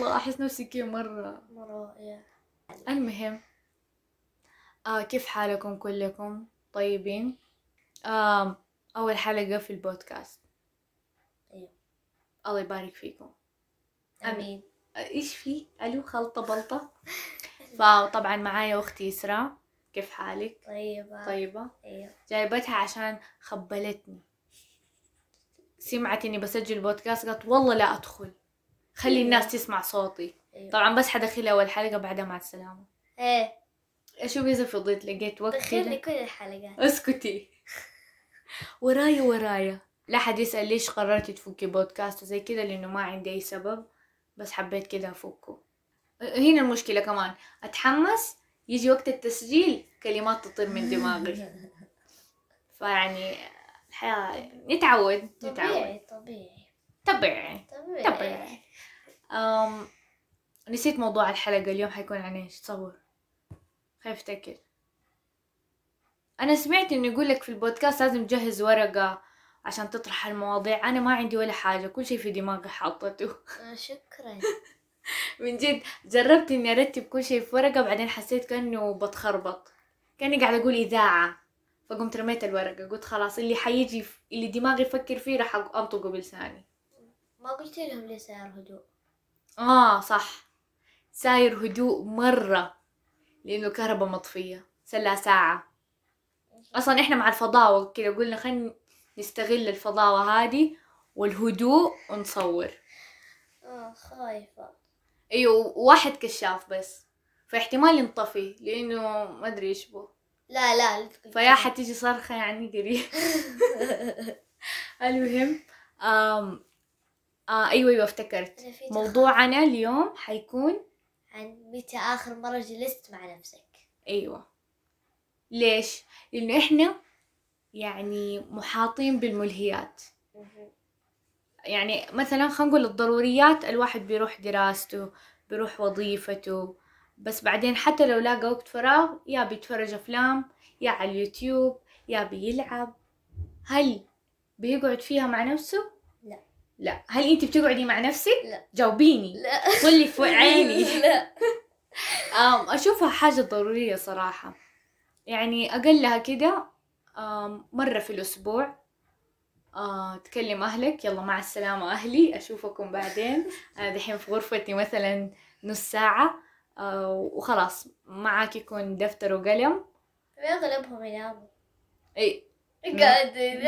توكسيكية مرة مرة يا المهم آه كيف حالكم كلكم طيبين آه أول حلقة في البودكاست أيوة. الله يبارك فيكم امين آه، إيش في ألو خلطة بلطة فطبعا معايا أختي إسراء كيف حالك طيبة طيبة ايوه جايبتها عشان خبلتني سمعت اني بسجل بودكاست قالت والله لا ادخل خلي الناس تسمع صوتي ايوه طبعا بس حدخل اول حلقه بعدها مع السلامه ايه اشوف اذا فضيت لقيت وقت دخل لي كده كل الحلقات اسكتي ورايا ورايا لا حد يسال ليش قررتي تفكي بودكاست وزي كده لانه ما عندي اي سبب بس حبيت كده افكه هنا المشكله كمان اتحمس يجي وقت التسجيل كلمات تطير من دماغي فيعني الحياة نتعود نتعود طبيعي طبيعي طبيعي طبيعي طبيعي أم نسيت موضوع الحلقة اليوم حيكون عن ايش تصور خايف افتكر انا سمعت انه يقول لك في البودكاست لازم تجهز ورقة عشان تطرح المواضيع انا ما عندي ولا حاجة كل شيء في دماغي حاطته آه، شكرا من جد جربت اني ارتب كل شيء في ورقة بعدين حسيت كأنه بتخربط كأني قاعدة اقول اذاعة فقمت رميت الورقة قلت خلاص اللي حيجي في- اللي دماغي يفكر فيه راح انطقه بلساني ما قلت لهم ليه صار هدوء اه صح ساير هدوء مرة لأنه الكهرباء مطفية سلا ساعة أصلا إحنا مع الفضاوة كده قلنا خلينا نستغل الفضاوة هذه والهدوء ونصور اه خايفة أيوة واحد كشاف بس فاحتمال ينطفي لأنه ما أدري إيش بو لا لا لا تقول فيا كذا. حتيجي صرخة يعني قريب المهم آم آه أيوة أيوة افتكرت أنا في تخ- موضوعنا اليوم حيكون عن متى آخر مرة جلست مع نفسك ايوه ليش لانه احنا يعني محاطين بالملهيات يعني مثلا خلينا نقول الضروريات الواحد بيروح دراسته بيروح وظيفته بس بعدين حتى لو لاقى وقت فراغ يا بيتفرج افلام يا على اليوتيوب يا بيلعب هل بيقعد فيها مع نفسه لا. لا هل انت بتقعدي مع نفسك لا. جاوبيني لا قولي في عيني لا أم أشوفها حاجة ضرورية صراحة يعني أقلها كده أم، مرة في الأسبوع أه، تكلم أهلك يلا مع السلامة أهلي أشوفكم بعدين أنا دحين في غرفتي مثلا نص ساعة أه، وخلاص معاك يكون دفتر وقلم اغلبهم يناموا أي قاعدين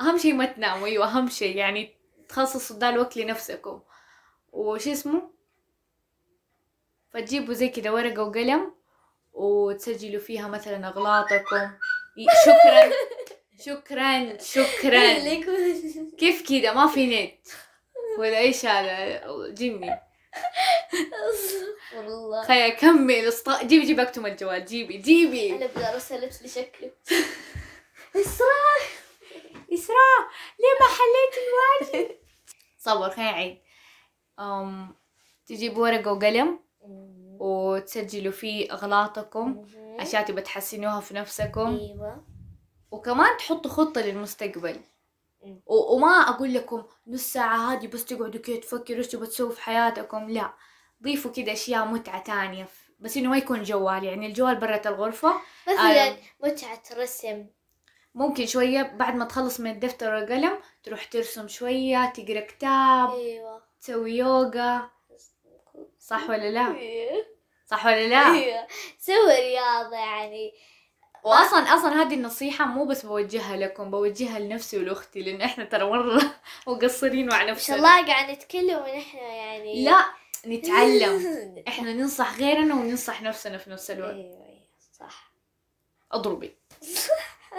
أهم شيء ما تناموا أيوة أهم شيء يعني تخصصوا ده الوقت لنفسكم وش اسمه فتجيبوا زي كده ورقة وقلم وتسجلوا فيها مثلا أغلاطكم إي، شكرا شكرا شكرا ليكم كيف كده ما في نت ولا ايش هذا جني والله خليني اكمل أسط- جيبي جيبي اكتم الجوال جيبي جيبي انا بدي ارسل لبس لشكله إسراء إسراء ليه ما حليت الواجب؟ صور خليني أعيد أم تجيب ورقة وقلم وتسجلوا فيه أغلاطكم أشياء تبى تحسنوها في نفسكم ايوه وكمان تحطوا خطة للمستقبل مم. و- وما أقول لكم نص ساعة هذه بس تقعدوا كده تفكروا إيش تبى تسووا في حياتكم لا ضيفوا كده أشياء متعة تانية بس إنه ما يكون جوال يعني الجوال برة الغرفة أيوة. مثلا أيوة. متعة رسم ممكن شوية بعد ما تخلص من الدفتر والقلم تروح ترسم شوية تقرا كتاب ايوه تسوي يوغا صح ولا لا؟ إيه. صح ولا لا؟ إيه. سوي رياضة يعني واصلا اصلا هذه النصيحة مو بس بوجهها لكم بوجهها لنفسي ولاختي لان احنا ترى مرة مقصرين مع ما شاء نفسنا الله قاعد نتكلم ونحن يعني لا نتعلم احنا ننصح غيرنا وننصح نفسنا في نفس الوقت ايوه أيوة، صح اضربي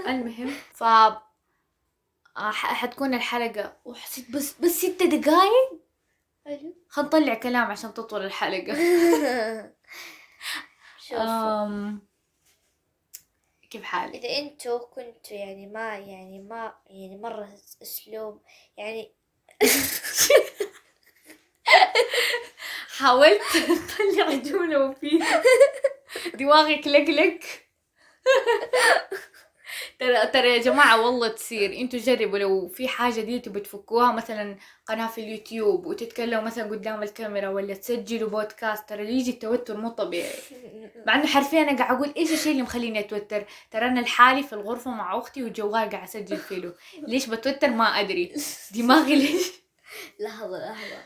المهم ف آه، ح- حتكون الحلقة وحسيت بس بس ست دقايق حلو خنطلع كلام عشان تطول الحلقة شوفوا أم... كيف حالك؟ اذا انتوا كنتوا يعني ما يعني ما يعني مره اسلوب يعني حاولت تطلع جملة مفيدة دماغك لقلق ترى ترى يا جماعة والله تصير انتوا جربوا لو في حاجة دي تبوا تفكوها مثلا قناة في اليوتيوب وتتكلموا مثلا قدام الكاميرا ولا تسجلوا بودكاست ترى يجي التوتر مو طبيعي مع انه حرفيا انا قاعد اقول ايش الشيء اللي مخليني اتوتر ترى انا لحالي في الغرفة مع اختي وجوال قاعد اسجل فيه ليش بتوتر ما ادري دماغي ليش لحظة لحظة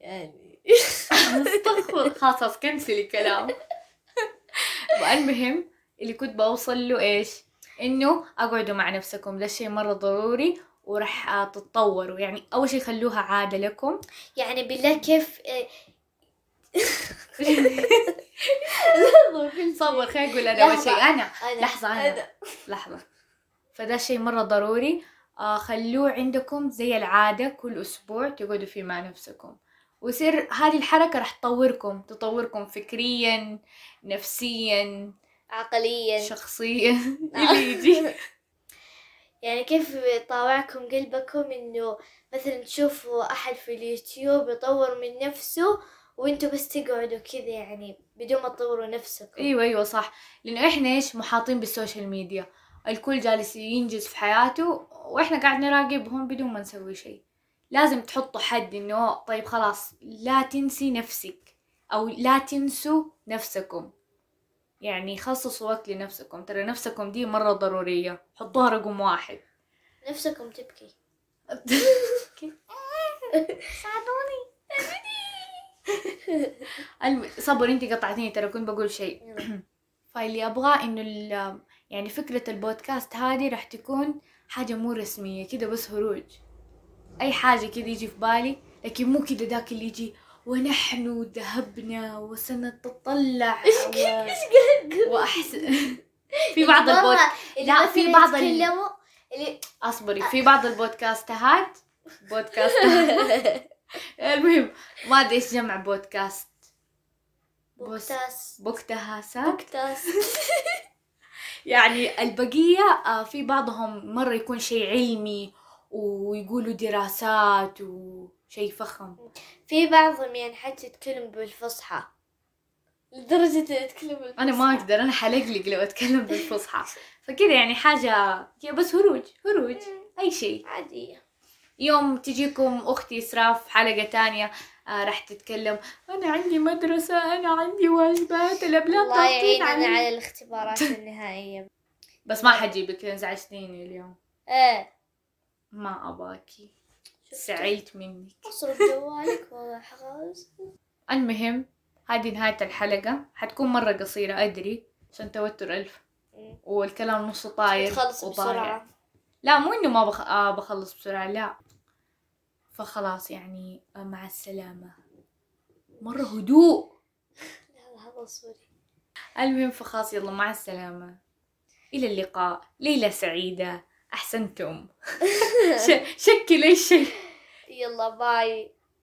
يعني مستغفر خلاص كنسل الكلام المهم اللي كنت بوصل له ايش انه اقعدوا مع نفسكم ده الشيء مره ضروري ورح آه، تتطوروا يعني اول شيء خلوها عاده لكم يعني بالله كيف إيه، صبر خليني اقول انا اول شيء انا أنا لحظة، أنا. لحظة فده شيء مرة ضروري آه خلوه عندكم زي العادة كل أسبوع تقعدوا فيه مع نفسكم ويصير هذه الحركة راح تطوركم تطوركم فكريا نفسيا عقليا شخصيا اللي يجي يعني كيف يطاوعكم قلبكم انه مثلا تشوفوا احد في اليوتيوب يطور من نفسه وانتوا بس تقعدوا كذا يعني بدون ما تطوروا نفسكم ايوه ايوه صح لانه احنا ايش محاطين بالسوشيال ميديا الكل جالس ينجز في حياته واحنا قاعد نراقبهم بدون ما نسوي شيء لازم تحطوا حد انه طيب خلاص لا تنسي نفسك او لا تنسوا نفسكم يعني خصصوا وقت لنفسكم ترى نفسكم دي مرة ضرورية حطوها رقم واحد نفسكم تبكي الم- صبر انت قطعتيني ترى كنت بقول شيء فاللي ابغاه انه ال- يعني فكرة البودكاست هذه راح تكون حاجة مو رسمية كده بس هروج اي حاجة كده يجي في بالي لكن مو كده ذاك اللي يجي ونحن ذهبنا وسنتطلع و- واحسن في بعض البود لا، في بعض ال- يتكلموا اللي اصبري في بعض البودكاستات بودكاست "آه، المهم ما ادري ايش جمع بودكاست بوس- بوكتاس بوكتهاسات بوكتاس يعني البقية آه، في بعضهم مرة يكون شيء علمي ويقولوا دراسات وشيء فخم في بعضهم يعني حتى يتكلم بالفصحى لدرجة إنه يتكلم بالفصحى أنا ما أقدر أنا حلقلق لو أتكلم بالفصحى فكذا يعني حاجة هي بس هروج هروج أي شيء عادية يوم تجيكم أختي إسراف حلقة تانية آه راح تتكلم أنا عندي مدرسة أنا عندي واجبات الأبلاد الله ضاغطين يعيننا علي على الاختبارات النهائية بس ما حجيبك لأن زعجتيني اليوم ايه ما أباكي شفتي؟ سعيت منك اصرف جوالك والله خلاص المهم هذه نهاية الحلقة حتكون مرة قصيرة أدري عشان توتر ألف والكلام نص طاير تخلص وطاير. بسرعة لا مو إنه ما بخ... آه بخلص بسرعة لا فخلاص يعني آه، مع السلامة مرة هدوء لا هذا صوري المهم فخلاص يلا مع السلامة إلى اللقاء ليلة سعيدة أحسنتم ش... شكلوا الشيء يلا باي